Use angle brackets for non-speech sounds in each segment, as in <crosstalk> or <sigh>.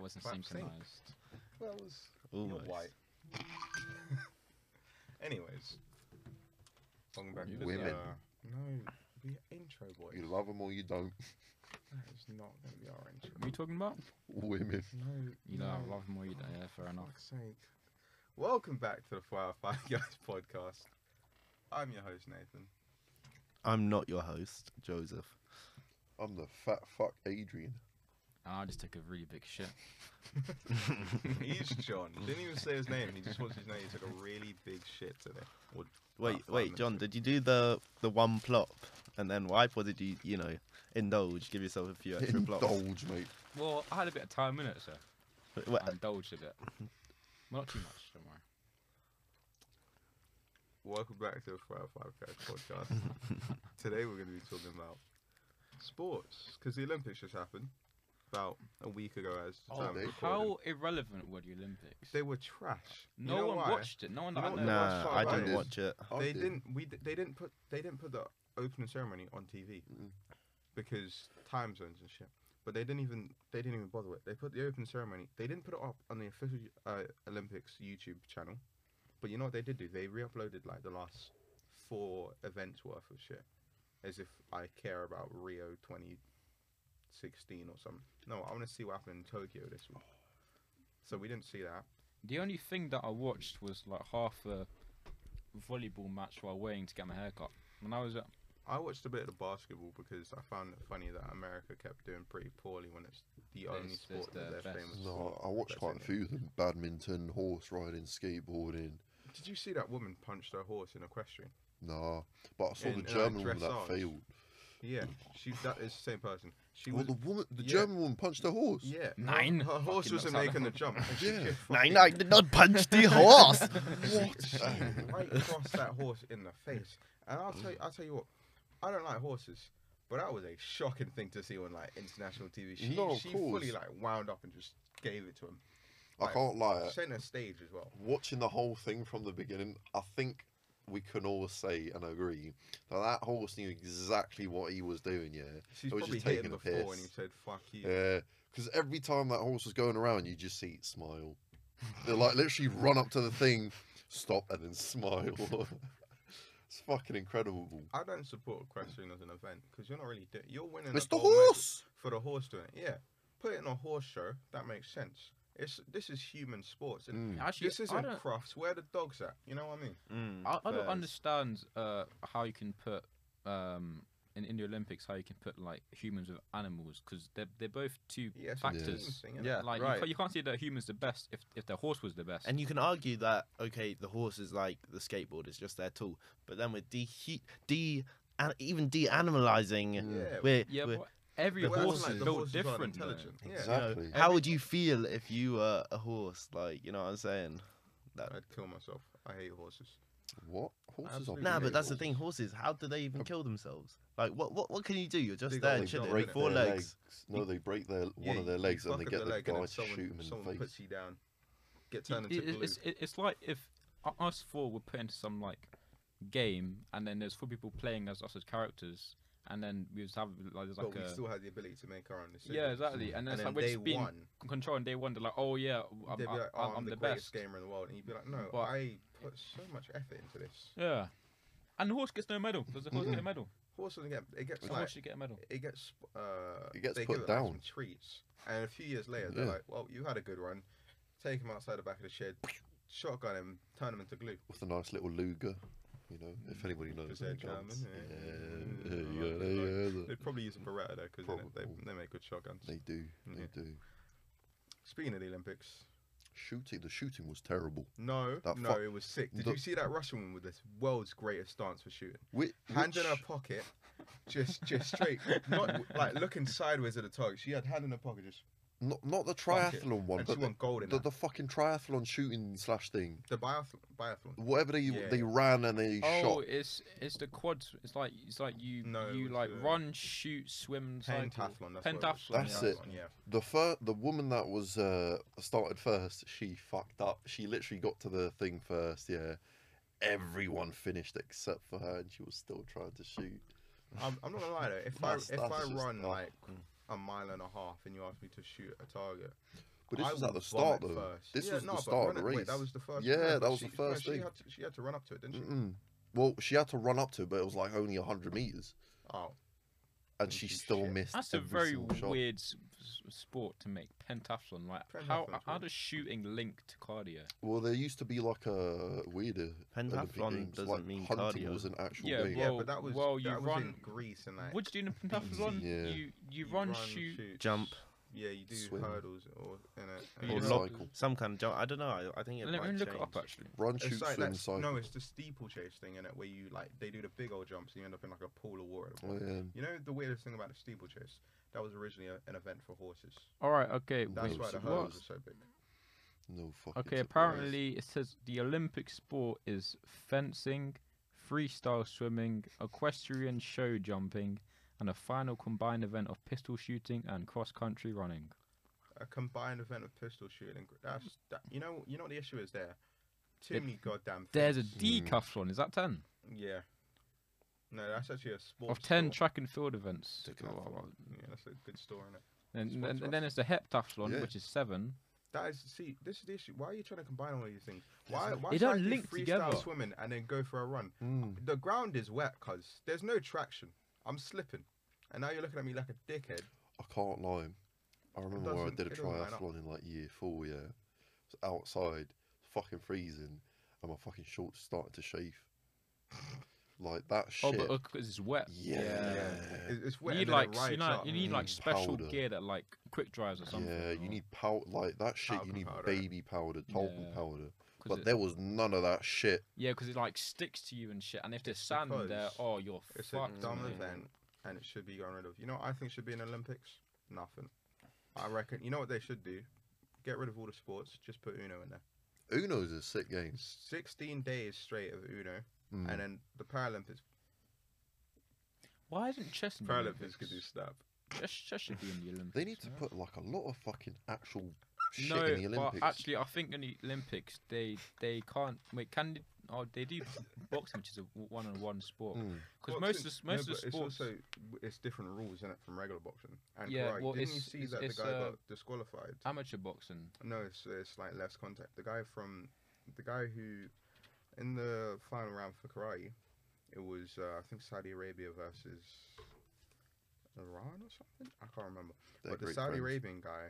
wasn't Clap sync. synchronized. Well, it was you're Almost. white. <laughs> Anyways, welcome back to the, Women. uh, no, the intro boys. You love them or you don't. <laughs> That is not going to be our intro. What are you talking about? Women. No, You know, no. I love more. You don't. Yeah, fair For enough. fuck's sake. Welcome back to the Four Hour Five Guys <laughs> podcast. I'm your host <laughs> Nathan. I'm not your host, Joseph. I'm the fat fuck <laughs> Adrian. I just took a really big shit. He's John. Didn't even say his name. He just wants his name. He took a really big shit today. Or Wait, about five wait, minutes John, ago. did you do the the one plop and then wipe, or did you, you know, indulge, give yourself a few extra blops? Indulge, mate. <laughs> Well, I had a bit of time in it, so I Well, indulged a bit. uh, <laughs> Well, not too much, don't worry. Welcome back to the Four Hour Five Guys <laughs> podcast. Today we're going to be talking about sports because the Olympics just happened about a week ago. As the Oh, time of they- recording. How irrelevant were the Olympics? they were trash. You no know one why? watched it. No one. You that I know know what- watched nah, what's I alright didn't is- watch it. I they did. didn't. We d- they didn't put they didn't put the opening ceremony on TV because time zones and shit. But they didn't even they didn't even bother with it. They put the opening ceremony. They didn't put it up on the official uh, Olympics YouTube channel. But you know what they did do? They re-uploaded like the last four events worth of shit, as if I care about Rio 2016 or something. No, I want to see what happened in Tokyo this week. So we didn't see that. The only thing that I watched was like half a volleyball match while waiting to get my haircut. When I was at I watched a bit of the basketball because I found it funny that America kept doing pretty poorly when it's the It's- only it's sport the that they're best. famous No, for. I watched That's quite a it. few of them. Badminton, horse riding, skateboarding. Did you see that woman punched her horse in equestrian? Nah. But I saw And, the uh, German woman dressage. that failed. Yeah, she that is the same person. She Well, was the woman, the yeah. German woman punched her horse. yeah her- <laughs> Nine. Her, horse Fucking wasn't upside making the down. jump. and she Yeah. just Nine, fucking- nine did not punch <laughs> the horse. <laughs> She right crossed that horse in the face. And I'll tell you, I'll tell you what, I don't like horses, but that was a shocking thing to see on like international TV. She, No, of she course. fully like wound up and just gave it to him. <laughs> I can't lie. Center stage as well. Watching the whole thing from the beginning, I think we can all say and agree that that horse knew exactly what he was doing. Yeah, She's it was probably just hit taking him a before piss. and he said, fuck you. Yeah, because every time that horse was going around, you just see it smile. They're like literally run up to the thing, stop, and then smile. <laughs> it's fucking incredible. I don't support equestrian as an event because you're not really doing. You're winning. It's a the gold medal horse. for the horse doing it. Yeah, put it in a horse show. That makes sense. It's this is human sports Mm. and actually, this I isn't don't, crafts. Where the dogs at? You know what I mean? Mm, I, I don't Fairs. understand uh, how you can put um, in, in the Olympics how you can put like humans with animals because they're they're both two Yeah, it's a team factors. thing, innit? Yeah. Like you, right. ca- you can't say that humans the best if if the horse was the best. And you can argue that okay, the horse is like the skateboard; it's just their tool. But then we're de de and even de-animalizing. Mm. Yeah. We're, yeah, we're- but every the Whereas, horse horses- like, is the built horses aren't different. though. Intelligent. you Yeah, Exact- know, Exactly. how would you feel if you were a horse? Like, you know what I'm saying? I'd kill myself. I hate horses. What horses are? Absolutely. Nah, hate but that's the horses. thing. Horses, how do they even kill themselves? Like, what what what can you do? You're They just got there like chilling, break four their legs. No, they break their one Yeah, of their you legs fuck and they up get their the leg and guy then to someone, shoot him in someone the face. puts you down. Get It- turned it- into glue. it's, it- it's like if u- us four were put into some like game and then there's four people playing as us as characters and then we just have like there's but like we a still had the ability to make our own decisions. yeah exactly and And then, it's then like we're they just being won. c- controlled day one they're like oh yeah I'm, They'd be I'm- like, oh, I'm- I'm, I'm the, the greatest best gamer in the world, and you'd be like, no, But- I put so much effort into this. yeah and the horse gets no medal does the horse get a medal Horse doesn't get it gets the like horse should get a medal it gets uh It gets they put give it, like, down. some treats and a few years later they're Yeah. like well you had a good run take him outside the back of the shed shotgun him turn him into glue With a nice little luger, you know, if anybody because knows. they're the German guns. yeah. Mm, Yeah, yeah, you gotta- yeah, the- they'd probably use a Beretta there because they, Probably. they make good shotguns They do. They Yeah. do. speaking of the Olympics Shooting. The shooting was terrible. no That no fu- it was sick did the- you see that Russian woman with this world's greatest stance for shooting Which, hand in her which- pocket just just straight not like looking sideways at the target she had hand in her pocket just not not the Fuck it. triathlon one, And but she the, won gold in the, that. the fucking triathlon shooting slash thing. the biathlon, biathlon. Whatever they Yeah, they yeah. ran and they Oh, shot. it's it's the quads. It's like it's like you No, it you was like the- run, shoot, swim, cycle. Pentathlon. That's what Pentathlon. was. That's yeah. it. Pentathlon, Yeah. The fir- the woman that was uh, started first, she fucked up. She literally got to the thing first. Yeah, everyone finished except for her, and she was still trying to shoot. I'm, I'm not gonna lie though. If I That's- if that's I just- run oh. like a mile and a half and you ask me to shoot a target, But this I was at will the start, vomit though. first. This Yeah, was no, the but start of run the it- wait, race. that was the first. Yeah, but that was the she- no, first she thing. Had to, she had to run up to it, didn't she? Mm-mm. Well, she had to run up to it, but it was like only 100 meters, Oh, and Oh, she shit. still missed. That's a every very single shot. weird s- s- sport to make pentathlon. Like how Pentathlon's how weird. does shooting link to cardio? Well, there used to be like a weirder Olympic Pentathlon games, doesn't like mean hunting cardio. was an actual Yeah, game. yeah, Well, but that was well, you that was in run- Greece and that. What do you do in a pentathlon? Yeah. You, you run, shoot. Jump. Yeah, you do swim. hurdles or in a, Or in a Or you know- cycle. Some kind of jump. I don't know. I, I think it Let might me look it change. up actually. Run, It's shoot, like swim, that- cycle. No, it's the steeplechase thing in it where you like they do the big old jumps and you end up in like a pool of water. at the Oh, bottom. yeah. You know the weirdest thing about the steeplechase? That was originally a, an event for horses. All right. Okay. That's wait, why the so what? hurdles what? are so big. No fucking. Okay. tip. Apparently, it says the Olympic sport is fencing, freestyle swimming, equestrian show jumping, and a final combined event of pistol shooting and cross country running. A combined event of pistol shooting. gr- That's that, you know you know what the issue is there. Too It- many goddamn. There's a things. Hmm. decathlon. Is that ten Yeah. No, that's actually a sport. of ten Oh, store. track and field events? Decathlon. yeah, that's a good store in it. And, Sports and, and then watch. it's the heptathlon, Yeah. which is seven. That is see, this is the issue. Why are you trying to combine all these things? There's Why no- why They should I don't do link freestyle together. swimming and then go for a run? Mm. The ground is wet, cuz there's no traction. I'm slipping. And now you're looking at me like a dickhead. I can't lie. I remember where I doesn't- did a it doesn't line up. triathlon in like year four. Yeah, it was outside, fucking freezing, and my fucking shorts started to chafe. Like that Oh, shit. but because it's wet. yeah. It- It's You wet. need and then it like you rides know up. you need like Mm, special powder. gear that like quick dries or something. Yeah, you need powder like that shit. You Talcum need powder. baby powder, talcum Yeah. powder. 'Cause But it, there was none of that shit. yeah, because it like sticks to you and shit. And if there's It's sand there, because oh, you're It's a fucked. dumb mate. event and it should be gotten rid of. You know what I think should be in Olympics? Nothing. I reckon you know what they should do? Get rid of all the sports, just put Uno in there. Uno's a sick game. Sixteen days straight of Uno Mm. and then the Paralympics Why isn't chess in the Paralympics could do Olympics? snap. Chess, chess should be in the Olympics. They need to no? put like a lot of fucking actual shit no, in the Olympics. but actually, I think in the Olympics they they can't wait. Can they, oh they do boxing, which is a one-on-one sport. Mm. Boxing- Because most of, s- no, most of but the It's sports, also it's different rules in it from regular boxing. And Yeah, karate. well, didn't you it's- see it's- that it's, the guy uh, got disqualified? amateur boxing. No, it's, it's like less contact. The guy from the guy who in the final round for karate, it was uh, I think Saudi Arabia versus Iran or something. I can't remember. They're but the great Saudi friends. Arabian guy,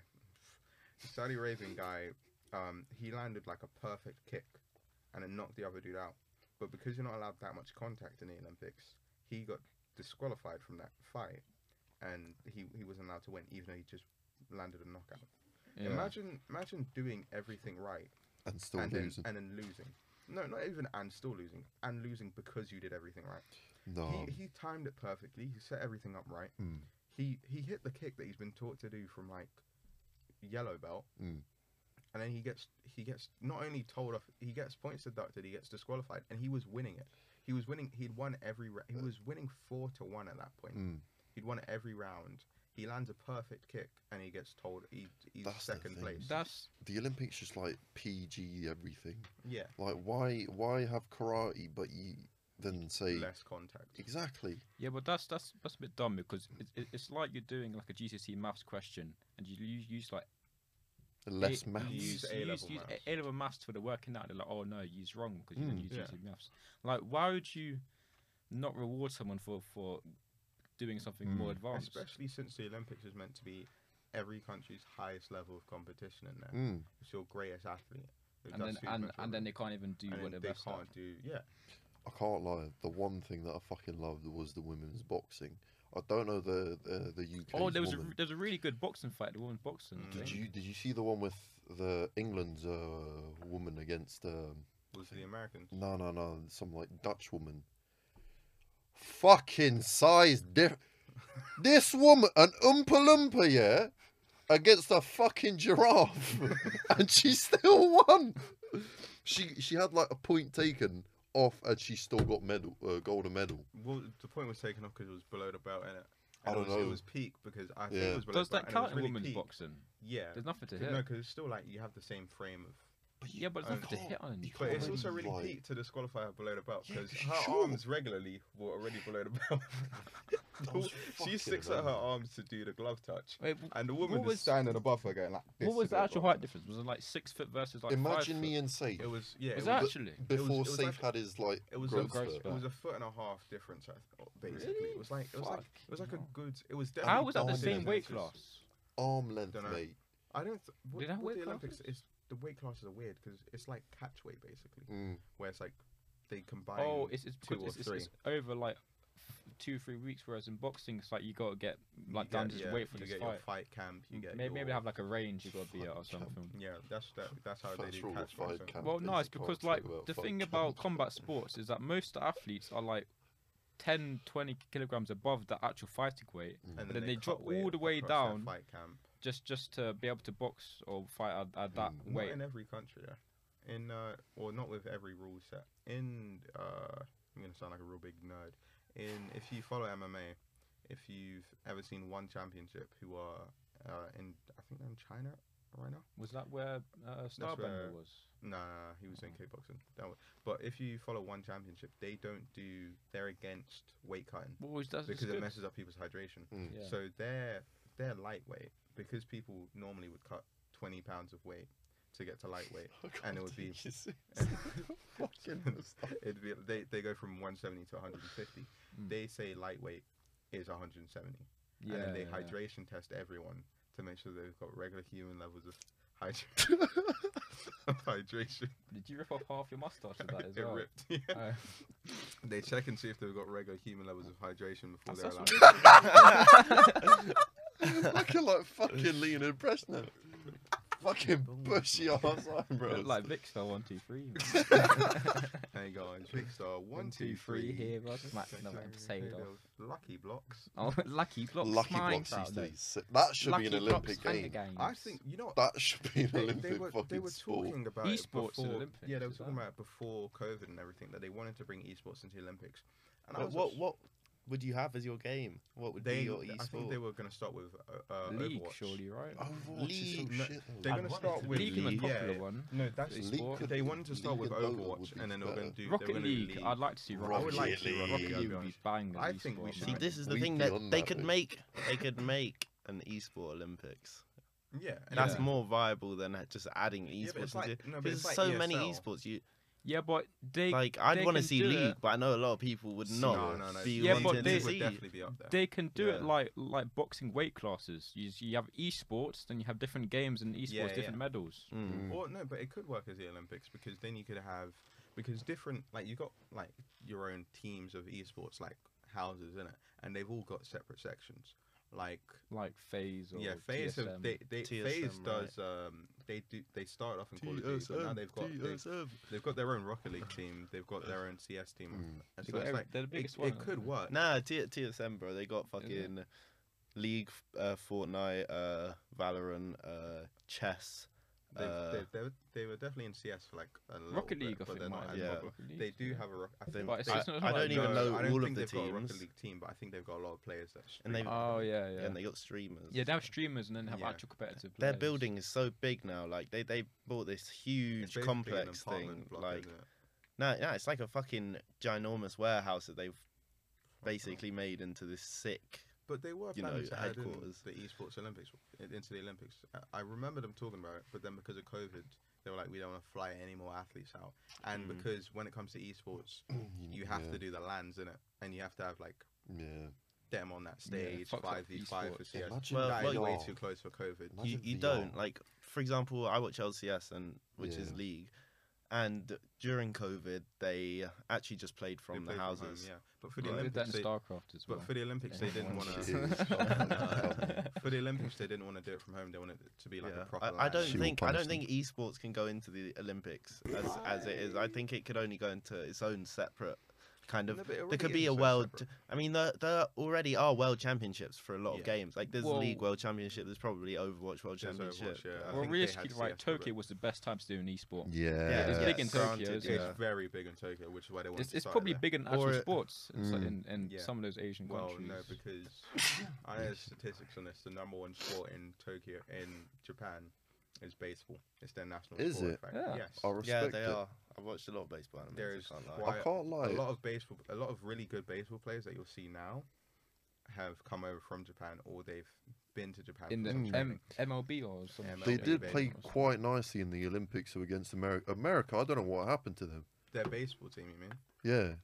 the Saudi Arabian guy, um, he landed like a perfect kick, and it knocked the other dude out. But because you're not allowed that much contact in the Olympics, he got disqualified from that fight, and he he wasn't allowed to win, even though he just landed a knockout. Yeah. Imagine imagine doing everything right and still and losing. then and then losing. No, not even and still losing, and losing because you did everything right. no, He, he timed it perfectly. He set everything up right. Mm. He he hit the kick that he's been taught to do from like yellow belt, Mm. and then he gets he gets not only told off, he gets points deducted, he gets disqualified, and he was winning it. He was winning. He'd won every. Ra- he was winning four to one at that point. Mm. He'd won every round. He lands a perfect kick, and he gets told he, he's That's the second thing. place. That's the Olympics just like PG everything. yeah, Like why why have karate but you then say less contact. exactly Yeah, but that's that's that's a bit dumb because it, it, it's like you're doing like a GCSE E maths question and you use, use like less A- maths? you Use, A you level use maths. A level maths for the working out. They're like, oh no, use wrong because you Mm. didn't use Yeah. GCSE maths. Like, why would you not reward someone for for doing something more Hmm. advanced? Especially since the Olympics is meant to be every country's highest level of competition in there. Mm. It's your greatest athlete. It and does then suit and, most and then women. they can't even do And what then they're they best at. can't do yeah. I can't lie. The one thing that I fucking loved was the women's boxing. I don't know the the, the UK. Oh, there was a, woman. re- there was a really good boxing fight, the women's boxing. I Mm. Did think. you did you see the one with the England's uh, woman against um, Was the Americans. no no no some like Dutch woman? Fucking size <laughs> diff. this woman, an Oompa Loompa, yeah, against a fucking giraffe, <laughs> and she still won. She she had like a point taken off, and she still got medal uh, golden medal. Well, the point was taken off because it was below the belt in it. I And don't also know. It was peak because I think Yeah. it was below Does the belt that and it was count in really women's peak. boxing? Yeah. There's nothing to 'Cause- No, hit. because it's still like you have the same frame of But you- Yeah, but it's I not for the can't- hit on. you You But can't. it's Can't also really like- peak to disqualify her below the belt Yeah, because 'cause her sure. arms regularly were already below the belt. <laughs> I <laughs> was she fucking sticks out her amazed. arms to do the glove touch, Wait, w- and the woman What was was- standing above her going like. This what was to the do a actual glove height touch. difference? Was it like six foot versus like Imagine five me Foot? and Safe It was yeah. was it that was, actually? before it was Safe like- had his like it was growth a growth spurt. it was a foot and a half difference, I th- oh, basically. It was like it was like it was like a Fucking good. It was definitely. How was that the dominant same weight differences. class? arm length, Dunno. mate. I don't. Th- what, Did that what weight the Olympics classes? is the weight classes are weird because it's like catch weight basically, Mm. where it's like they combine. Oh, it's it's, two because or it's, it's, it's over like f- two three weeks, whereas in boxing it's like you gotta get you like get- down to just yeah, wait for you this get your fight. fight camp. You get maybe maybe your- have like a range you gotta be at or Fucking something. Yeah, that's that, that's how they First do rule of catch weight. fight so- camp Well, is no, it's you can't because talk like about the fight thing camp. about combat sports is that most athletes are like 10, 20 kilograms above the actual fighting weight, And then they cut drop weight all the way across their down. Fight camp. just just to be able to box or fight at, at that Mm. Hmm. Not weight. in every country. Yeah. In uh, or not with every rule set. In uh, I'm gonna sound like a real big nerd. In if you follow MMA, if you've ever seen one championship who are uh in I think they're in China right now. Was that where uh, Starbender where- was? No, no, no, he was doing kickboxing. That was, but if you follow one championship, they don't do. They're against weight cutting What was that? because it messes up people's hydration. Mm. Yeah. So they're they're lightweight because people normally would cut twenty pounds of weight to get to lightweight. <laughs> I and it can't would be- <laughs> take you seriously. Fucking <laughs> mistake. It'd be they, they go from one seventy to one hundred and fifty. Mm. They say lightweight is one hundred and seventy, yeah, and then they yeah, yeah. hydration test everyone to make sure they've got regular human levels of, hydra- <laughs> <laughs> of hydration. Did you rip off half your mustache with that <laughs> as it well? ripped. Yeah. Uh, They check and see if they've got regular human levels of hydration before that's, they're that's allowed. <laughs> Looking <laughs> like fucking Leonard Brezhnev. Fucking Boom. bushy ass ridiculous. eyebrows. Look like Vic Star one two three. man. <laughs> <laughs> Hey guys, big star one One, two three here. I smacked another episode Potato. off. Lucky blocks. Oh, lucky blocks. Lucky mine blocks out used to there. be sick. That should lucky be an Olympic game. I think you know what? That should be an they, Olympic they were, fucking they were sport. talking about it Esports in before, Olympics Yeah, they were as talking well. about it before COVID and everything that they wanted to bring esports into the Olympics. And uh, I But was what obs- what would you have as your game? What would they, be your I think they esport? were going to start with uh, uh, League, Overwatch. surely, right? Overwatch is so League- no, shit though. They're I going to wanted start to with do League is a yeah, popular one. No, that's League League could they be- wanted to start League with and Dota would Overwatch, be and then they were going better. to do they were Rocket gonna do League. I'd like to see Rocket, Rocket League. League, Rocket I'll League be would be honest. bang. I with think we esports, should- See, man. this is the We'd thing be that on they that could bit. make. They could make an esport Olympics. Yeah, and That's Yeah. more viable than just adding Yeah, but esports it's like- into. no, but Because it's like E there's so many ESL. esports. You Yeah, but they like. they I'd want to can see do League, it. but I know a lot of people would not no, no, E no. be Yeah, wanting but to they- would see. definitely be up there. they can do it Yeah. like like boxing weight classes. You s- you have esports, then you have different games and esports, Yeah, different yeah. medals. Mm. Or no, but it could work as the Olympics because then you could have because different like you got like your own teams of esports like houses in it, and they've all got separate sections. Like Like phase or yeah, phase have TSM. they, they phase TSM, right. does um they do they started off in Call of Duty, but now they've got they, TSM. they've got their own Rocket <laughs> League team, they've got their own CS team, Mm. and They so got it's every- like they're the it- biggest it, one, aren't could they? work. Nah, T- TSM, bro. They got it? fucking League, uh, Fortnite, uh, Valorant, uh, chess. They've- uh, they've- they, were- they were definitely in CS for like a little Rocket bit, League, I but think, they're might not have as yeah. popular. Rocket League. They do have a rock. I think But it's they- just not- it's I not don't like- even No, know I don't all of think the they've got a Rocket teams. League team, but I think they've got a lot of players. That And they- stream it. Oh yeah, yeah. Yeah, and they got streamers. Yeah, they have streamers and then have Yeah. actual competitive. Their players. building is so big now. Like they they bought this It's huge basically an complex apartment thing. block, like isn't it? no, no, it's like a fucking ginormous warehouse that they've basically made into this sick. But they were you planning know, to add in headquarters. the esports Olympics in- into the Olympics. Uh, I- I remember them talking about it, but then because of COVID, they were like, we don't want to fly any more athletes out, and Mm. because when it comes to esports, you have to do the lands in it, and you have to have like Mm, Yeah. them on that Yeah, stage, fucked up five v five for esports. CS. Imagine Well, that is well, way VR. too close for COVID. You, Imagine you VR. don't like, for example, I watch LCS and which is Yeah. League, and during COVID they actually just played They from played the home, houses. yeah. But for the They did that Olympics, in they, StarCraft as well. but for the Olympics, they didn't <laughs> <laughs> Oh, want Everyone's to. Jeez. For the Olympics, they didn't want to do it from home. They wanted it to be like a Yeah. proper. I, I LAN. don't She will think I don't punish them. think esports can go into the Olympics as as it is. I think it could only go into its own separate kind of. No, but it there already could is be so a world. separate. I mean, there, there already are world championships for a lot Yeah. of games. Like there's Well- League World Championship. There's probably Overwatch World There's Overwatch, Championship. yeah. I well, think they had realistically, right? CS for a bit. Tokyo was the best time to do an esport. Yeah. Yeah, it's yeah, big in Tokyo, granted, isn't it? It's yeah. very big in Tokyo, which is why they want It's, to it's start it probably there. bigger than actual Or- sports in, so- Mm. in, in Yeah. some of those Asian Well, countries. no, <laughs> because I know statistics on this. The number one sport in Tokyo, in Japan, is baseball. It's their national. Is sport, in it? fact. Yeah. Yes. I Yeah, respect they it. are. I've watched a lot of baseball animes. There's I can't lie. quite I can't lie. a lot of baseball, a lot of really good baseball players that you'll see now have come over from Japan or they've been to Japan in for the some M- training. MLB or something. MLB. They American did baseball play or something. quite nicely in the Olympics against America. America, I don't know what happened to them. Their baseball team, you mean? Yeah,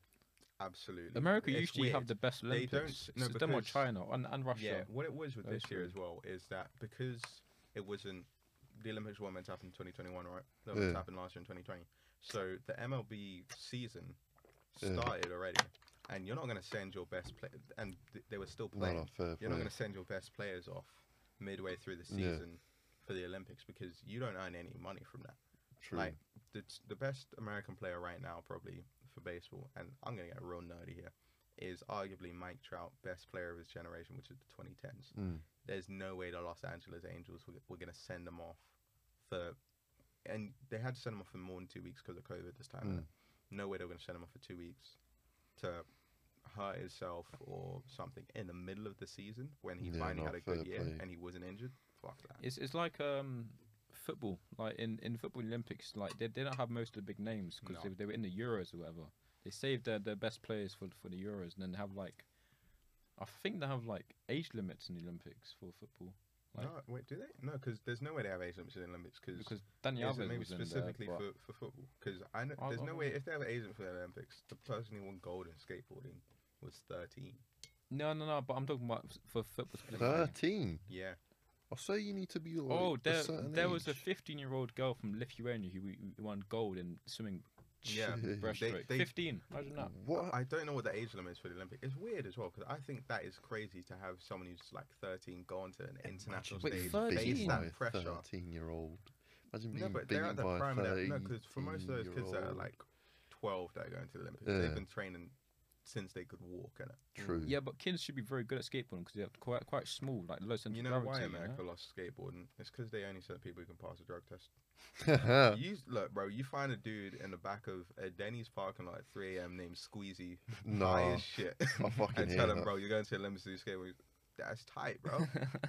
Absolutely. America It's usually have weird. the best They Olympics. don't- no, it's them or because- China and, and Russia. Yeah, what it was with That is this year true. as well is that because it wasn't the Olympics weren't meant to happen in 2021, right? That Yeah. was happened last year in 2020. So the MLB season Yeah. started already, and you're not going to send your best play, and th- they were still no, playing. no, fair you're not play. going to send your best players off midway through the Yeah. season for the Olympics because you don't earn any money from that. True. Like the the best American player right now, probably for baseball, and I'm gonna get real nerdy here, is arguably Mike Trout, best player of his generation, which is the 2010s. Mm. There's no way the Los Angeles Angels were, were gonna send them off for, and they had to send them off for more than two weeks because of COVID this time. Mm. innit? No way they were gonna send him off for two weeks to hurt himself or something in the middle of the season when he Yeah, finally no, had a fair good year play. and he wasn't injured. Fuck that. It's it's like um football. Like in in football Olympics, like they, they don't have most of the big names because No. they, they were in the Euros or whatever. They saved their, their best players for for the Euros, and then they have like, I think they have like age limits in the Olympics for football like- no, wait, do they? No, because there's no way they have age limits in the Olympics because because Dani Is it Alves maybe was in there, specifically but- for, for football? Because I know I- there's I no don't way if they have an agent for the Olympics, the person who won gold in skateboarding was 13. No, no, no. But I'm talking about for football. specifically. Thirteen. Yeah, I say you need to be like. oh, a there certain there was a age. 15 year old girl from Lithuania who, who won gold in swimming <laughs> yeah. They- breaststroke. they- 15. Imagine that. What? I don't know what the age limit is for the Olympics. It's weird as well because I think that is crazy to have someone who's like 13 go onto an international Wait, stage, being face 13? that pressure. Thirteen-year-old. Imagine being No, but beaten they're at the by prime. of a their- No, because for most of those kids that are 13-year-old. like 12 that are going to the Olympics, Yeah. they've been training since they could walk. And True. <laughs> Yeah, but kids should be very good at skateboarding because they're quite quite small, like low central you know why gravity. you know? America lost skateboarding? It's because they only sent people who can pass a drug test. <laughs> Yeah. You look, bro. You find a dude in the back of a Denny's parking lot at 3 a.m. named Squeezy, high no, as shit, <laughs> <laughs> I Oh, fucking and hate tell him, that. bro, you're going to the Olympics to do skateboarding. That's tight, <laughs> <laughs> bro.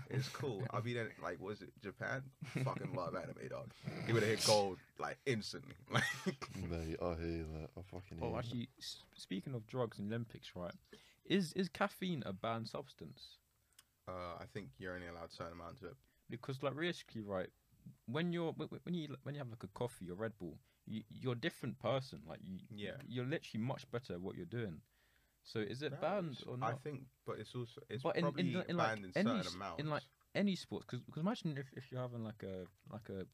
it's cool. I'll be there. Like, was it Japan? Fucking <laughs> love anime, dog. He would have hit <laughs> gold like instantly. <laughs> Like, mate. I hear that. I fucking hear. Oh, actually, s- speaking of drugs and Olympics, right? Is is caffeine a banned substance? uh, I think you're only allowed certain amounts of it. Because like realistically, right? When you're wh- wh- when you when you have like a coffee or Red Bull, you, you're a different person. Like you, Yeah. you're literally much better at what you're doing. So is it That banned is- or I not? think, but it's also it's But in- in probably the- in, like, banned in any certain s- in, amounts. like, Any sports, because imagine if, if you're having like a like a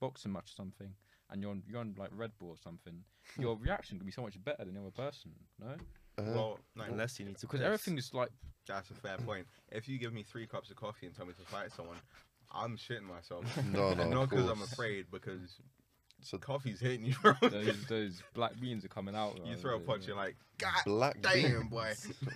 boxing match or something, and you're on you're on like Red Bull or something, Hmm. your reaction could be so much better than the other person. No, Uh, well, like, Unless you need to because piss. everything is <laughs> like that's a fair point. If you give me three cups of coffee and tell me to fight someone, I'm shitting myself. <laughs> no, And no, of not because I'm course. afraid, because So- coffee's hitting you, bro. those those black beans are coming out. <laughs> you like, throw a uh, punch, you're like, God Black damn, beans. <laughs> boy.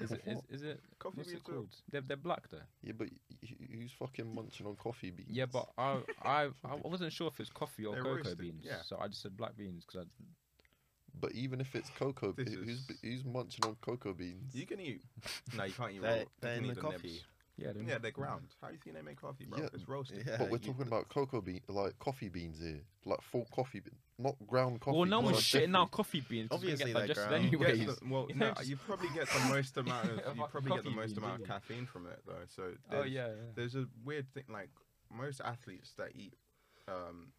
Is it, is, What? is it <laughs> Coffee what's beans it too. called? They're, they're black though. Yeah, but y- who's fucking munching on coffee beans? Yeah, but I I I wasn't sure if it's coffee or They're cocoa roasted, beans, yeah. so I just said black beans because But even if it's cocoa, This who- who's is- who's munching on cocoa beans? You can <laughs> eat. No, you can't eat raw. They're- You they're can in eat the nibs. coffee. yeah, they're Yeah, they're ground. How do you think they make coffee, bro? Yeah. It's roasted. Yeah, but we're you- talking about cocoa bean, like coffee beans here, like full coffee, bean, not ground coffee. Well, no beans, one's like shitting different. out coffee beans. 'cause we Obviously get they're digested <laughs> <laughs> ground. You get <laughs> anyways. the, well, You no, know, you probably get the most amount Of <laughs> of you like probably get the coffee most bean, amount of don't caffeine from it though. So Oh there's- yeah, yeah. there's a weird thing like most athletes that eat, um,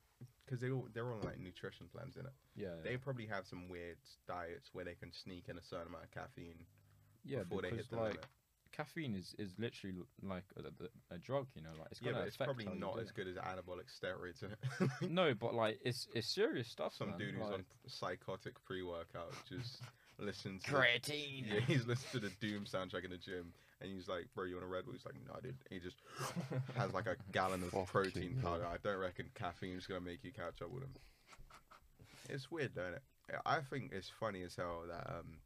because they all they're on like nutrition plans in it. yeah, yeah. They probably have some weird diets where they can sneak in a certain amount of caffeine yeah before they because, hit the like limit. caffeine is is literally l- like a, a- a drug, you know, like it's Yeah, gonna but it's affect probably how you not do as it. good as anabolic steroids. innit? <laughs> No, but like it's it's serious stuff. Some man, dude who's like, on psychotic pre-workout <laughs> just listens to <laughs> creatine. yeah, he's listening to the Doom soundtrack in the gym, and he's like, "Bro, you want a Red Bull?" He's like, "No, dude." He just <laughs> has like a gallon of Fucking protein hell. powder. I don't reckon caffeine's gonna make you catch up with him. It's weird, don't it? Yeah, I think it's funny as hell that um,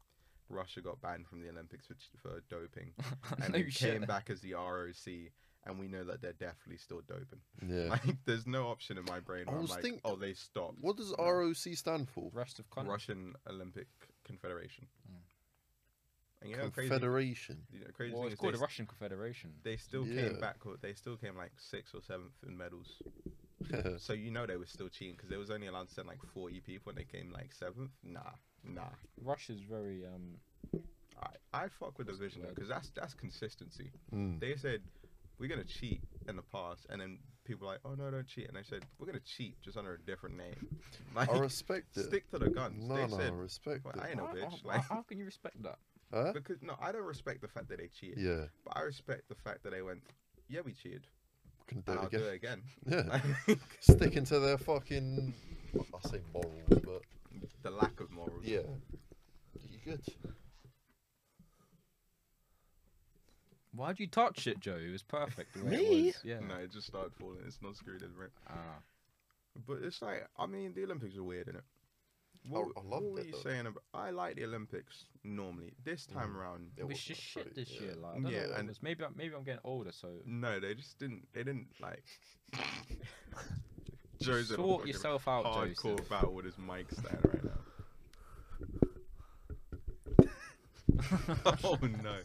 Russia got banned from the Olympics for, for <laughs> doping, <laughs> and no it came shit. back as the ROC. And we know that they're definitely still doping. <laughs> Yeah. Like, there's no option in my brain. I Where I am was like, think- oh, they stopped. What does ROC stand for? Rest of country. Russian Olympic Confederation. Mm. And you know, the crazy, <laughs> Confederation. <laughs> you know, the crazy Well, thing it's is they, called the s- Russian Confederation. they still Yeah. came back. They still came like sixth or seventh in medals So you know they were still cheating because they was only allowed to send like 40 people and they came like seventh. Nah, nah. Russia's very <laughs> um. I, I fuck with the vision because that's that's consistency. Mm. They said we're gonna cheat in the past, and then people were like, oh no, don't cheat, and they said we're gonna cheat just under a different name. <laughs> Like, I respect it. stick to the guns. no, they no, I said, respect well, it. I ain't no how- bitch. how- Like, how can you respect that? Huh? because no, I don't respect the fact that they cheated, Yeah, but I respect the fact that they went, yeah, we cheated, we can do and it I'll again. do <laughs> it again. <laughs> Yeah, Like, sticking to their fucking. I say morals, but the lack of morals. yeah, you good? Why'd you touch it, Joe? It was perfect. The way Me? It was. Yeah. No, it just started falling. It's not screwed in, right? Ah. But it's like, I mean, the Olympics are weird, innit? Oh, What, I what loved were it, you though. saying about? I like the Olympics normally. This time Mm-hmm. Mm. around, It It was wasn't just that shit great, this yeah. year. Like, I don't Yeah, know what it and- was. Maybe, I- maybe I'm getting older, so no, they just didn't. They didn't <laughs> like. Joe's in a sort fucking yourself out, Hardcore Joseph. battle with his mic stand right <laughs> now. <laughs> oh no!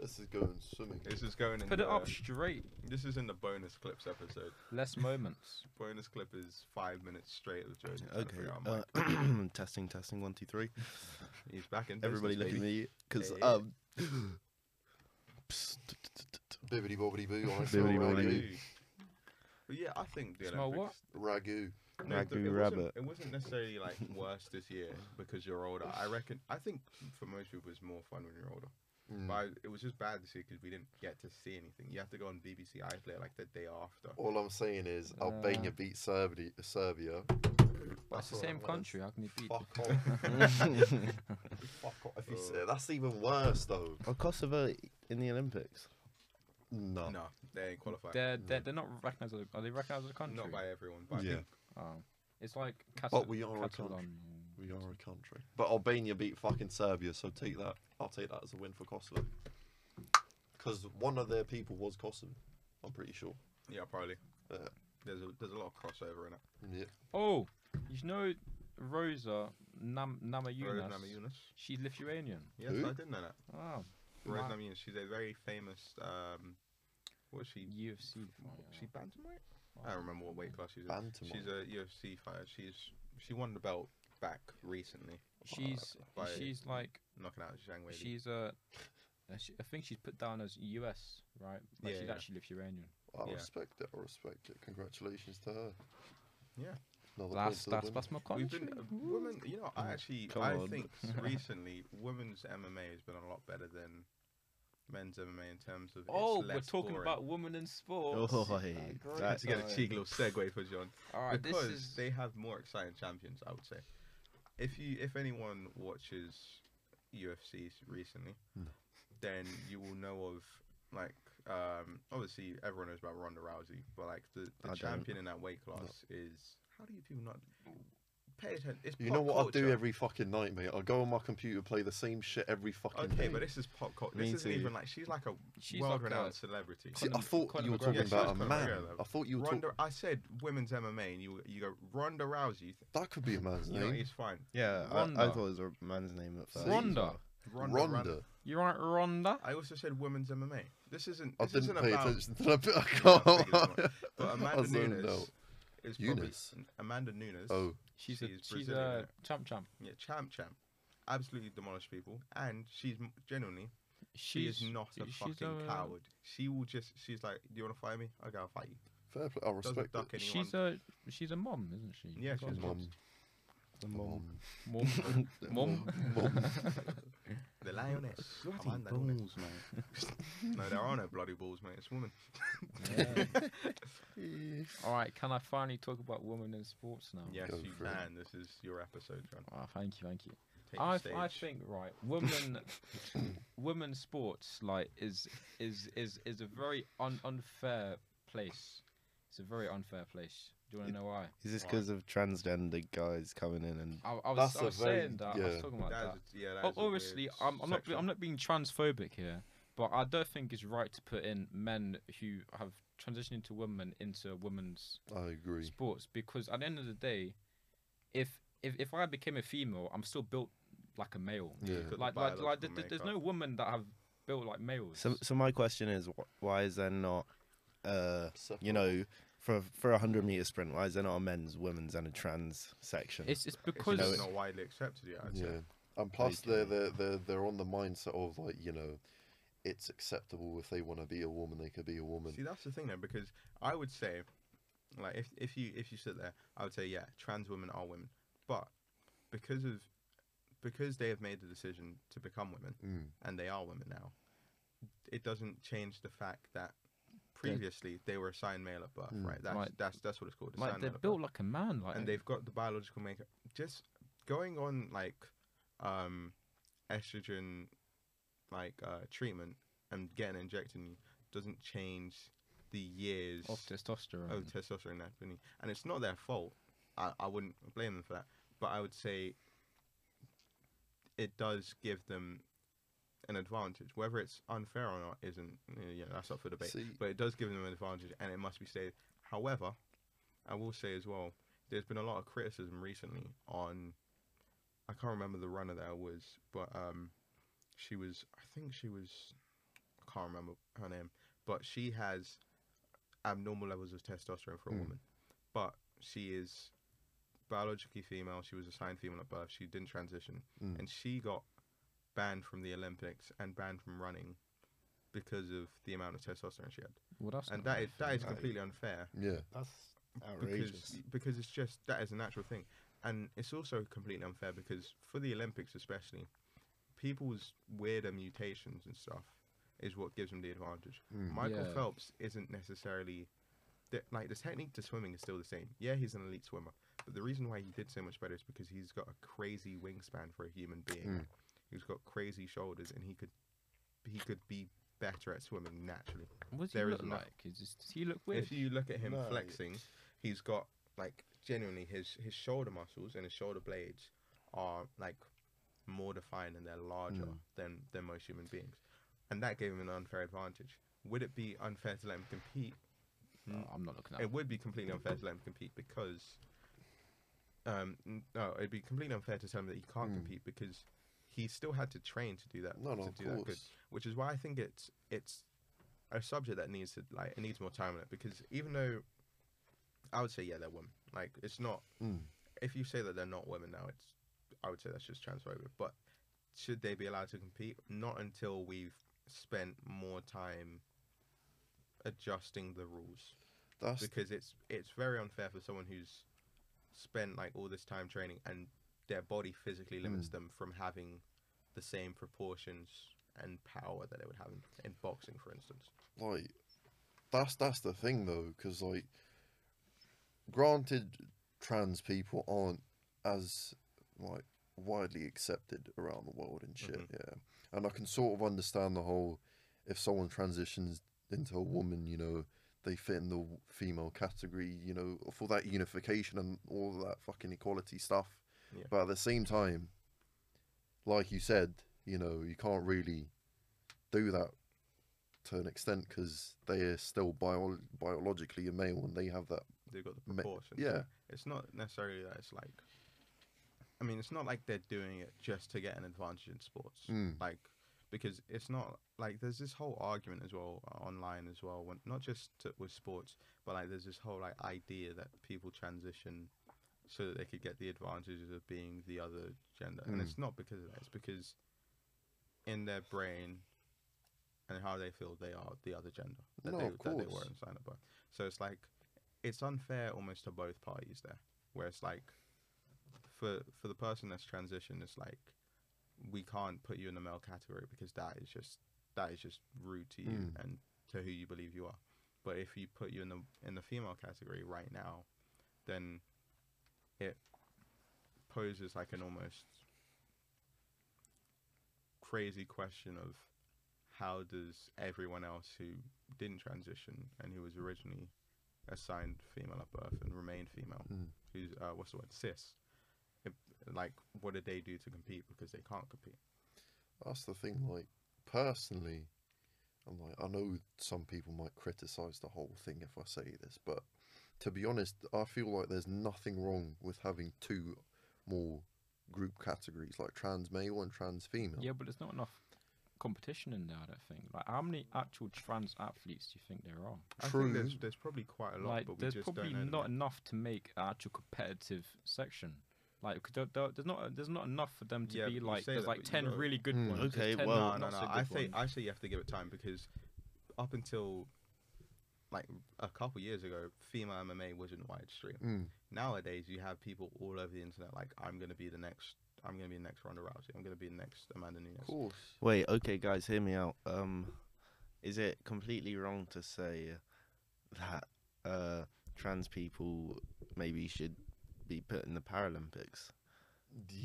This is going swimming. This is going in. Put it the- up straight. This is in the bonus clips episode. <laughs> Less moments. Bonus clip is five minutes straight of Joe. just trying to <laughs> Okay. figure out a Uh, mic. <clears throat> testing, testing. One, two, three. He's back in. Everybody business, look at baby. me, because Yeah, yeah. um. psst, t- t- t- t- Bibbidi bobbidi boo. I smell Bibbidi bobbidi ragu. boo. Ooh. But yeah, I think the Smell what? Olympics Ragu. No, it- Ragu it rabbit. Wasn't, it wasn't necessarily like worse this year because you're older. I reckon. I think for most people, it's more fun when you're older. Mm. But I, it was just bad this year because we didn't get to see anything. You have to go on BBC iPlayer like the day after. All I'm saying is Albania Uh, beat Serbia. Serbia. But it's the all same it was. country. How can you beat? Fuck off. <laughs> <laughs> Fuck off. If you say that. that's even worse though. Are Kosovo uh, in the Olympics? No. No, they ain't qualified. They're, they're, they're not recognized. As a, are they recognized as a country? Not by everyone, but Yeah. I think Oh. It's like But we are a Catalan. We are a country. But Albania beat fucking Serbia, so take that. I'll take that as a win for Kosovo. Because one of their people was Kosovo. I'm pretty sure. yeah, probably. Yeah. There's a there's a lot of crossover in it. Yeah. Oh, you know Rosa Nam- Rose Namajunas? Namajunas. She's Lithuanian. Yes, Who? I didn't know that. Oh, Rose Ma- Namajunas. She's a very famous. Um, what is she? UFC. She bantamweight. I uh, don't remember what weight class she's in. Bantamweight. She's a UFC fighter. She's she won the belt back recently, She's by- she's like knocking out Zhang Wei. she's a. uh, she- I think she's put down as US, right? But Yeah, she's yeah. actually Lithuanian. I Yeah. respect it. I respect it. Congratulations to her. Yeah. Another point That's to the that's women. that's my We've country. been uh, women. You know, Mm. I actually come I <laughs> on. think recently women's MMA has been a lot better than men's MMA in terms of. Oh, it's we're less talking boring. about women in sports. Oh, Ah, hey, great. Had to get a Sorry. cheeky little segue for John All right, this because is they have more exciting champions. I would say, if you if anyone watches UFC recently, No. then you will know of like um obviously everyone knows about Ronda Rousey, but like the, I the don't. champion in that weight class is how do you people not pay attention? It's You pop know what I do culture. every fucking night, mate? I go on my computer, play the same shit every fucking Okay, day. but this is pop culture. Me This isn't too. even like she's like a She's like world-renowned a- celebrity. See, I Conor- thought Conor you were McGregor. talking Yeah, she was about a Conor man. McGregor, though. I thought you were Ronda, talking. I said women's MMA, and you you go Ronda Rousey. You That could be a man's know name. he's fine. Yeah, I, I Rhonda. thought it was a man's name at first. Ronda. Ronda. Ronda. You're right, Ronda. I also said women's MMA. This isn't. I This isn't didn't pay about, attention to that bit. I <laughs> Yeah, I figured can't. as much. But I Amanda zoned Nunes out. is probably Eunice. Amanda Nunes. <laughs> Oh, She's a She's she's Brazilian, a innit? champ champ. yeah, champ, champ. Absolutely demolished people, and she's m- genuinely she She's is not a she's fucking a- coward. She will just. She's like, do you want to fight me? Okay, I'll fight you. fair play. I Doesn't respect duck it. anyone. She's a she's a mom, isn't she? Yeah, she's Mum, a mum, The mom. mum. <laughs> mom. mom. mum. the lioness. Amanda Nunes. <laughs> no, there are no bloody balls, mate. It's women. Yeah. Eh, All right, can I finally talk about women in sports now? Yes, Go you for it. can. This is your episode, John. Oh, thank you, thank you. Take the I, stage. I think right, women, <coughs> women sports like is is is is a very un- unfair place. It's a very unfair place. Do you want to know why? Is this Right. because of transgender guys coming in and I, I was, That's I a was very- saying that. I was yeah. talking about That that. is a- yeah, that O- is a weird obviously, I'm, I'm not. be- section. I'm not being transphobic here, but I don't think it's right to put in men who have transitioned to women into women's I agree. sports because at the end of the day, if if if I became a female, I'm still built like a male. Yeah. Put the Like like like biological th- th- there's makeup. no women that have built like males. so? So my question is, wh- why is there not, uh, you know, for for a hundred meter sprint. Why is there not a men's, women's, and a trans section? It's it's because It's No, just it's- not widely accepted yet. I'd say. Yeah, and plus they're, they're they're they're on the mindset of like you know, it's acceptable if they want to be a woman, they could be a woman. See, that's the thing though, because I would say, like, if if you if you sit there, I would say, yeah, trans women are women, but because of because they have made the decision to become women Mm. and they are women now, it doesn't change the fact that previously they were assigned male at birth, Mm. right? That's Like- that's that's what it's called. like assigned they're male at birth. built like a man, like and they've got the biological makeup. Just going on like um estrogen like uh treatment and getting injected in you doesn't change the years of testosterone. of testosterone that's been in you. and it's not their fault. I, I wouldn't blame them for that. But I would say it does give them an advantage. Whether it's unfair or not isn't you know, that's up for debate See, but it does give them an advantage and it must be stated. However, I will say as well, there's been a lot of criticism recently on I can't remember the runner that I was, but um she was I think she was I can't remember her name, but she has abnormal levels of testosterone for a Mm. woman. But she is biologically female, she was assigned female at birth, she didn't transition Mm. and she got banned from the Olympics and banned from running because of the amount of testosterone she had well, that's and not that is that fair. is Right. completely unfair yeah, that's because because it's just that is a natural thing, and it's also completely unfair because for the Olympics especially, people's weirder mutations and stuff is what gives them the advantage. Mm. Michael Yeah. Phelps isn't necessarily the, like the technique to swimming is still the same. Yeah, he's an elite swimmer, but the reason why he did so much better is because he's got a crazy wingspan for a human being. Hmm. Mm. He's got crazy shoulders, and he could he could be better at swimming naturally What does he there is look enough- like? Is this, does he look weird? if you look at him No. flexing, he's got like genuinely his his shoulder muscles and his shoulder blades are like more defined and they're larger Mm. than than most human beings, and that gave him an unfair advantage. Would it be unfair to let him compete? Oh, I'm not looking at. It would be completely unfair to let him compete because. Um, n- no, it'd be completely unfair to tell him that he can't Mm. compete because he still had to train to do that. no, no, to of do that good course. which is why I think it's it's a subject that needs to like it needs more time on it because even though I would say yeah they're women like it's not Mm. if you say that they're not women now it's I would say that's just transphobic but should they be allowed to compete not until we've spent more time adjusting the rules That's because it's it's very unfair for someone who's spent like all this time training and their body physically Hmm. limits them from having the same proportions and power that they would have in, in boxing for instance like that's that's the thing though because like granted trans people aren't as like widely accepted around the world and shit Mhm. yeah and i can sort of understand the whole if someone transitions into a woman you know they fit in the w- female category you know for that unification and all that fucking equality stuff Yeah. but at the same time like you said you know you can't really do that to an extent because they are still bio- biologically a male and they have that. they've got the Me- proportions yeah. it's not necessarily that it's like i mean it's not like they're doing it just to get an advantage in sports Mm. like because it's not like there's this whole argument as well uh, online as well when, not just to, with sports but like there's this whole like idea that people transition so that they could get the advantages of being the other gender and Mm. it's not because of that it's because in their brain and how they feel they are the other gender that, No, they, of that they course. weren't signed up by so it's like it's unfair almost to both parties there where it's like for for the person that's transitioned it's like we can't put you in the male category because that is just that is just rude to you Mm. and to who you believe you are but if you put you in the in the female category right now then it poses like an almost crazy question of how does everyone else who didn't transition and who was originally assigned female at birth and remained female, Mm. who's uh, what's the word cis, if, like what did they do to compete because they can't compete? That's the thing. Like personally, and like I know some people might criticize the whole thing if I say this, but to be honest, I feel like there's nothing wrong with having two more group categories like trans male and trans female. Yeah, but it's not enough competition in there. I don't think. Like, how many actual trans athletes do you think there are? I True. think there's, there's probably quite a lot, like, but we there's just probably don't know. not enough to make an actual competitive section. Like, 'cause there- there- there's not there's not enough for them to Yeah, be but you like say there's that, like but you ten know- really good Hmm. ones. there's Okay, 10 well- No, not no, no. so good I say ones. I say you have to give it time because up until like a couple years ago, female MMA wasn't widespread. Mm. Nowadays, you have people all over the internet like, "I'm gonna be the next, I'm gonna be the next Ronda Rousey, I'm gonna be the next Amanda Nunes." Of course. Wait, okay, guys, hear me out. Um, is it completely wrong to say that uh, trans people maybe should be put in the Paralympics?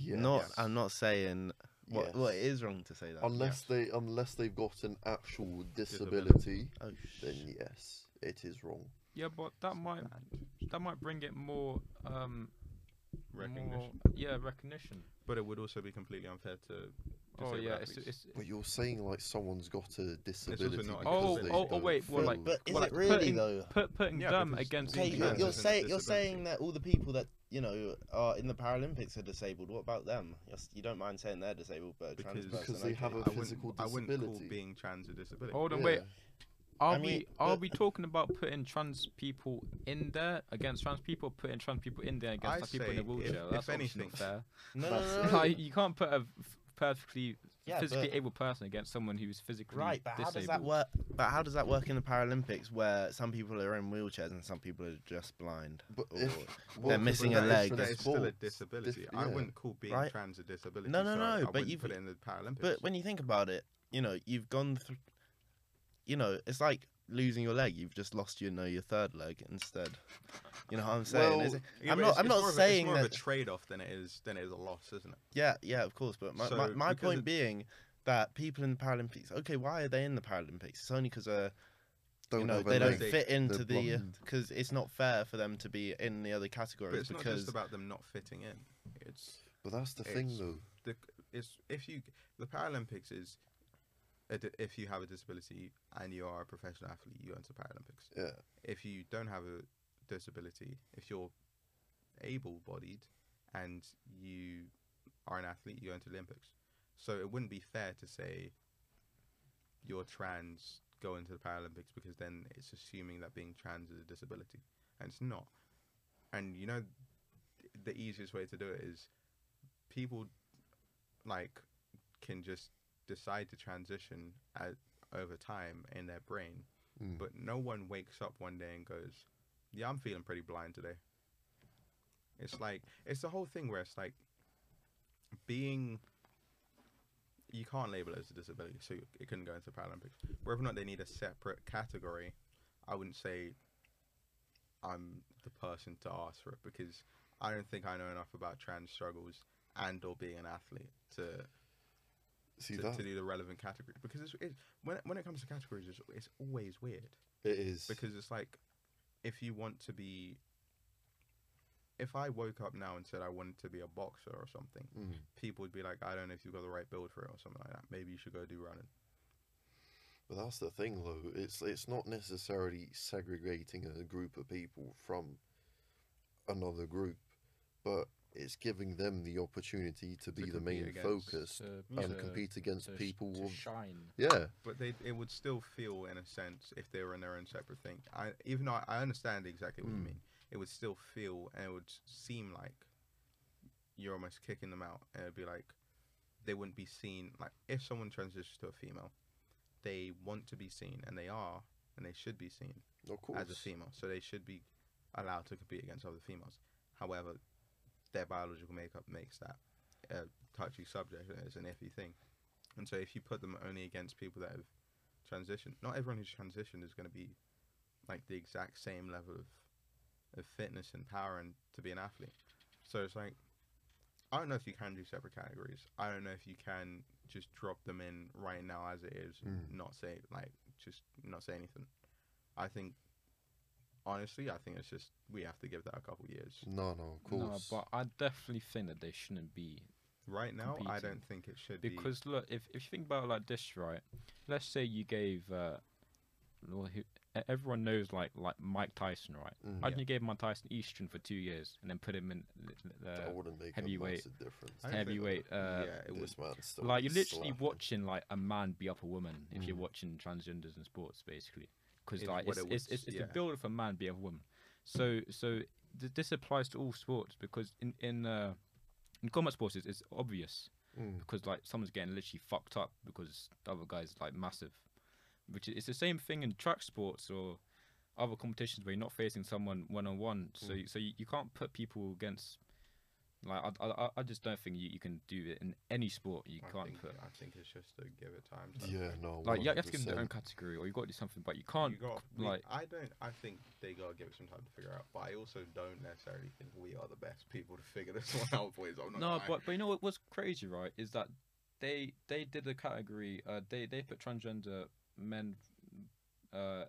Not, Yes. I'm not saying what. Yes. Well, it is wrong to say that. Unless they unless they've got an actual Disability. disability, <laughs> Oh, sh- then yes, it is wrong. Yeah, but that might that might bring it more um Recognition, more- yeah recognition. but it would also be completely unfair to. Oh disabled yeah, it's, athletes. it's But you're saying like someone's got a disability. not a because Oh, they've oh, oh, got wait, well, like- filled. but is well, it like, really putting- though? put, putting Yeah, them because against Okay, Hey, each you're, you're- other. you're saying say- you're you're saying saying that all the people that you know are in the Paralympics are disabled. What about them? You're, s- you don't mind saying they're disabled, but a trans Because- person. Because they okay. have a I wouldn't, physical I wouldn't call disability. being trans a disability. Hold on, Yeah. wait. Are I mean, we are but- we talking about putting trans people in there against trans people, putting trans people in there against I like, people in a say if- wheelchair? if That's obviously anything- not <laughs> fair. No, no, no, no, That's- no. like, you can't put a f- perfectly Yeah, physically but- able person against someone who's physically Right, but how disabled. does that work? But how does that work in the Paralympics, where some people are in wheelchairs and some people are just blind? But or- if- they're because missing that a is leg. for That the is still a sports. disability. Dif- I yeah. wouldn't call being Right. trans a disability. No, no, so I- no, I but wouldn't you've- put it in the Paralympics. but when you think about it, you know, you've gone through. You know, it's like losing your leg. You've just lost, you know, your third leg instead. You know what I'm saying? Well, Is it- Yeah, I'm but not- it's- I'm it's not more of a- saying it's more that- of a trade-off than it is than it is a loss, isn't it? yeah, yeah, of course. But my, my, So, my because point it- being that people in the Paralympics. Okay, why are they in the Paralympics? It's only because uh, Don't you know have a they don't leg. leg. fit into They're the blind. because it's not fair for them to be in the other But categories it's not because just about them not fitting in. It's But that's the thing, it's- though. the it's if you the Paralympics is a di- if you have a disability and you are a professional athlete, you enter Paralympics. Yeah. If you don't have a disability, if you're able-bodied and you are an athlete, you enter Olympics. So it wouldn't be fair to say you're trans go into the Paralympics because then it's assuming that being trans is a disability, and it's not. And you know, the easiest way to do it is people like can just decide to transition at, over time in their brain, Mm. but no one wakes up one day and goes, "Yeah, I'm feeling pretty blind today." It's like it's the whole thing where it's like being you can't label it as a disability, so it couldn't go into Paralympics. Whether or not they need a separate category, I wouldn't say I'm the person to ask for it because I don't think I know enough about trans struggles and or being an athlete to See to, that? to do the relevant category because it's, it's when it, when it comes to categories it's, it's always weird It is because it's like if you want to be if I woke up now and said I wanted to be a boxer or something Mm. people would be like I don't know if you've got the right build for it or something like that maybe you should go do running But that's the thing, though. It's it's not necessarily segregating a group of people from another group, but it's giving them the opportunity to be the compete main against, focus To, and to- compete against to sh- people. to with- shine. yeah, but they it would still feel in a sense if they were in their own separate thing I even though I, I understand exactly what you Mm. mean it would still feel and it would seem like you're almost kicking them out and it'd be like they wouldn't be seen like if someone transitions to a female they want to be seen and they are and they should be seen of course. as a female, so they should be allowed to compete against other females. However, their biological makeup makes that a touchy subject and it's an iffy thing. And so, if you put them only against people that have transitioned, not everyone who's transitioned is going to be like the exact same level of, of fitness and power and to be an athlete. So it's like I don't know if you can do separate categories. I don't know if you can just drop them in right now as it is, and Mm. not say like just not say anything. I think honestly, I think it's just we have to give that a couple years. No, no, of course. No, but I definitely think that they shouldn't be Right now, I Competing. don't think it should be because look, if if you think about it like this, right? Let's say you gave uh, well, who- e- everyone knows like like Mike Tyson, right? Mm-hmm. Mm. Imagine you gave Mike Tyson Eastern for two years and then put him in the, That the wouldn't make a Uh, heavyweight- massive difference. I don't think heavyweight. that- Uh, yeah, it This man's still like you're literally slapping. watching like a man beat up a woman if you're Mm. watching transgenders in sports, basically, because Is like Mm-hmm. what it's it it's, was, it's, it's yeah. the build of a man beat up a woman. So so th- this applies to all sports because in in uh, in combat sports it's, it's obvious Mm. because like someone's getting literally fucked up because the other guy's like massive. Which is, it's the same thing in track sports or other competitions where you're not facing someone one on one. So Mm. you, so you, you can't put people against. Like I, I, I- I just don't think you, you can do it in any sport. You I can't think, put I think it's just to give it time. to- Yeah, no. Mm. like you have to give them their own 100%. category or you got to do something, but you You can't got, c- like I don't. I think they gotta give it some time to figure out. But I also don't necessarily think we are the best people to figure this one out, boys. I'm not. no. lying. But but you know what, what's crazy, right? Is that they they did a category. Uh, they they put transgender men. Uh,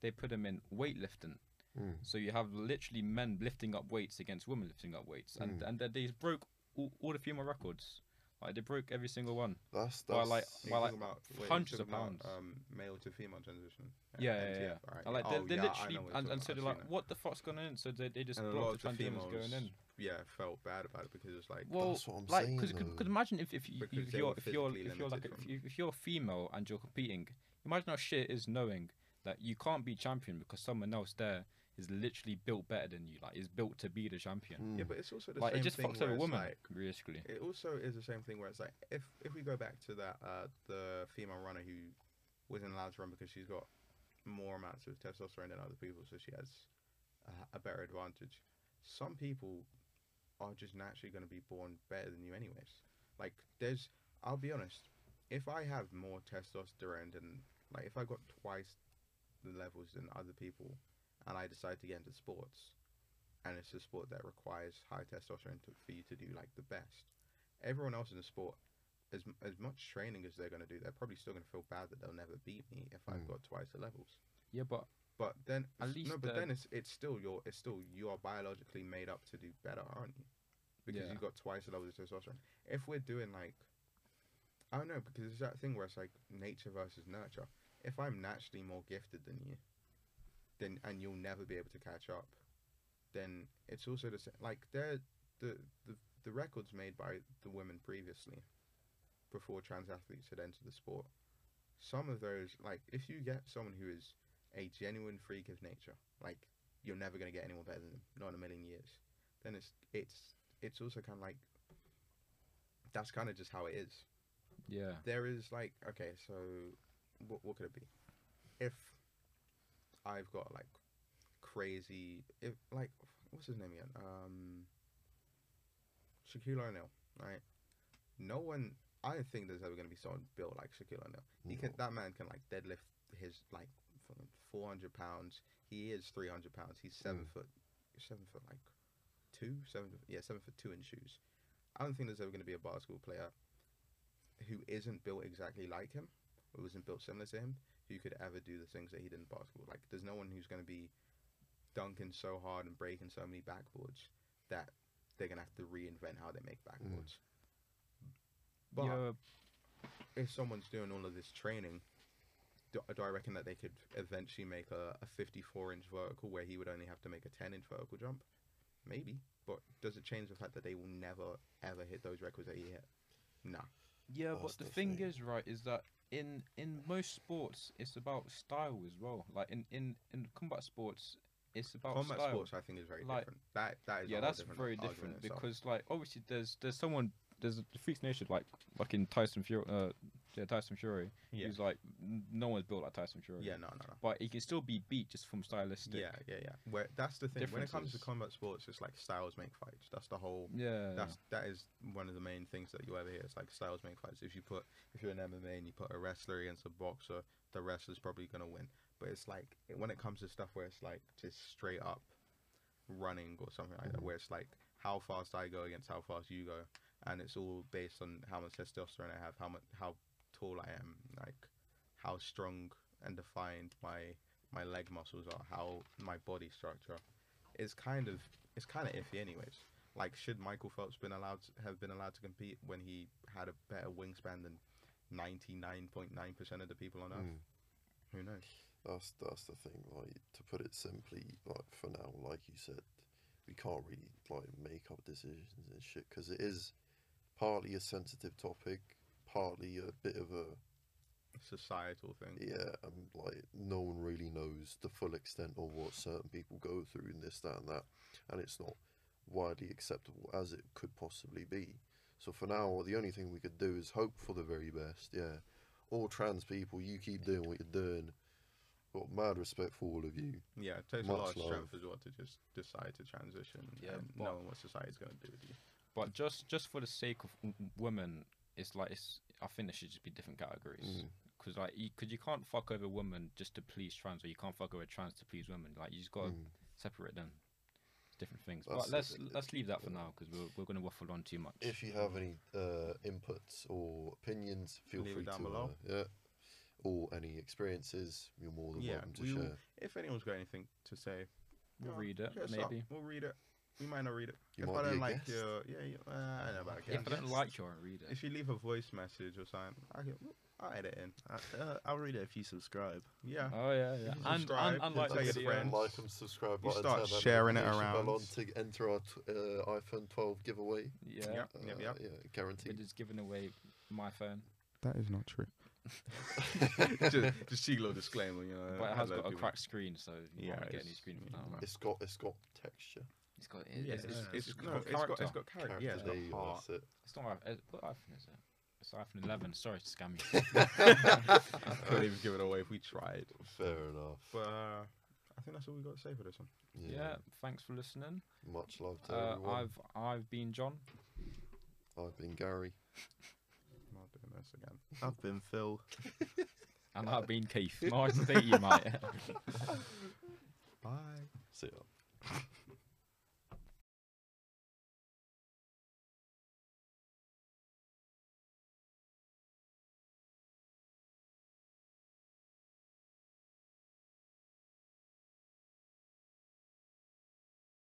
they put them in weightlifting. Mm. So you have literally men lifting up weights against women lifting up weights, and Hmm. and they, they broke all, all the female records. Like they broke every single one. That's Well, that's like- Are you well, talking like, about- wait, are you hundreds talking of about, pounds. Um, male to female transition. Yeah, yeah, MTF, yeah. alright. And like they, Oh, they yeah, I literally, know what you're and, talking and about, so they're I've like, seen it. what the fuck's going on? So they, they just And a lot blocked of the the trans demons going females in. Yeah, felt bad about it because it's like Well, That's what I'm like, saying, because though. imagine if if, you, Because if they you're were if you're physically if you're like limited if, from- you, if you're female and you're competing, imagine how shit it is knowing that you can't be champion because someone else there is literally built better than you. Like is built to be the champion. Mm. yeah, but it's also Hmm. the Like same it just thing fucks over where it's women, Like, basically. it also is the same thing where it's like if if we go back to that uh, the female runner who wasn't allowed to run because she's got more amounts of testosterone than other people, so she has a, a better advantage. Some people are just naturally going to be born better than you, anyways. Like there's, I'll be honest, if I have more testosterone than like if I got twice the levels than other people, and I decide to get into sports, and it's a sport that requires high testosterone to, for you to do like the best. Everyone else in the sport, as m- as much training as they're going to do, they're probably still going to feel bad that they'll never beat me if I've Mm. got twice the levels. Yeah, but But then, Hmm. At s- no, least uh, but the- then it's it's still your it's still you are biologically made up to do better, aren't you? Because Yeah. you've got twice the levels of testosterone. If we're doing like, I don't know, because it's that thing where it's like nature versus nurture. If I'm naturally more gifted than you, then and you'll never be able to catch up, then it's also the same. Like they're the the the records made by the women previously, before trans athletes had entered the sport. Some of those, like if you get someone who is a genuine freak of nature. Like you're never gonna get anyone better than them, not in a million years. Then it's it's it's also kind of like that's kind of just how it is. yeah. There is like okay, so what what could it be? If I've got like crazy, if like what's his name again? Um, Shaquille O'Neal, right? No one, I don't think there's ever gonna be someone built like Shaquille O'Neal. He can. That man can like deadlift his like four hundred pounds. He is three hundred pounds. He's seven foot, seven foot like two, seven yeah, seven foot two in shoes. I don't think there's ever going to be a basketball player who isn't built exactly like him, or isn't built similar to him, who could ever do the things that he did in basketball. Like there's no one who's going to be dunking so hard and breaking so many backboards that they're going to have to reinvent how they make backboards. But yeah, if someone's doing all of this training, do, do I reckon that they could eventually make a, a 54 inch vertical where he would only have to make a 10 inch vertical jump? Maybe. But does it change the fact that they will never, ever hit those records that he hit? No. Yeah, That's but the the thing thing. is, right, is that in in most sports, it's about style as well. Like in in in combat sports, it's about Combat style. sports, I think, is very Oh, Like- different. That That is a yeah, whole that's different very argument different in itself. because like obviously there's there's someone there's the freaks nation like like in Tyson Fury, uh, yeah, Tyson Fury, Yeah. who's like n- no one's built like Tyson Fury. Yeah, no, no, no. But he can still be beat just from stylistic. Yeah, yeah, yeah. Where that's the thing. When it comes to Differences. combat sports, it's like styles make fights. That's the whole Yeah. That's that is one of the main things that you ever hear. It's like styles make fights. If you put if you're an MMA and you put a wrestler against a boxer, the wrestler's probably gonna win. But it's like it- when it comes to stuff where it's like just straight up running or something like Mm-hmm. that, where it's like how fast I go against how fast you go, and it's all based on how much testosterone I have, how much how tall I am, like how strong and defined my my leg muscles are, how my body structure. It's kind of it's kind of iffy, anyways like should Michael Phelps been allowed have been allowed to compete when he had a better wingspan than ninety nine point nine percent of the people on earth? Mm. Who knows? That's that's the thing. Like to put it simply, like for now, like you said, we can't really like make up decisions and shit because it is partly a sensitive topic, partly a bit of a Societal thing. yeah, and like no one really knows the full extent of what certain people go through and this, that, and that, and it's not widely acceptable as it could possibly be. So for now, the only thing we could do is hope for the very best. Yeah, all trans people, you keep doing what you're doing. Got mad respect for all of you. Yeah, it takes Much a lot of love. strength as well to just decide to transition Yeah, and but- knowing what society's going to do with you. But just just for the sake of w- w- women, it's like it's. I think there should just be different categories. Mm-hmm. Mm. Because like, you, cause you can't fuck over women just to please trans, or you can't fuck over trans to please women. Like you just gotta Mm-hmm. Mm. separate them. It's different things. That's but the let's thing. let's leave that for now because we're we're gonna waffle on too much. If you have any uh, inputs or opinions, feel Leave it free down to below. Uh, yeah, or any experiences, you're more than Yeah, welcome to we will- share. If anyone's got anything to say, we'll yeah, read it, hit us up. Uh, maybe. We'll read it. We might not read it. You if might I be don't a like guest. your, yeah, you, uh, I don't know about a If guest. I don't like you, I won't read it. If you leave a voice message or something, I can, I'll edit in. I, uh, I'll read it if you subscribe. Yeah. Oh yeah, yeah. can And, subscribe, and, and then like tell the your video. friends. like and subscribe um, You button, start turn that sharing it notification bell around. on to enter our t- uh, iPhone 12 giveaway. Yeah. Yep, Uh, yep, yep. Yeah, We're guaranteed. just giving away my phone, That is not true. <laughs> <laughs> just, just see a little disclaimer, you know. but it has Uh, hello, got a people. cracked screen, so you Yeah, can't get a new it's- screen yeah, from now. on. right. It's got it's got texture. It's got it, <laughs> Yeah, it's, it's, it's, it's, it's no, got it's got, character. it's got character. Yeah, it's Character, got there you <laughs> go, heart. that's it. It's not. I've- It's, what iPhone is it? It's iPhone 11. Sorry to scam you. I couldn't even give it away if we tried. Fair enough. But uh, I think that's all we got to say for this one. yeah. Thanks for listening. Much love to Uh, everyone. I've I've been John. I've been Gary. I'm not doing this again. I've been Phil. And I've been Keith. Nice to meet you, mate. Bye. See ya.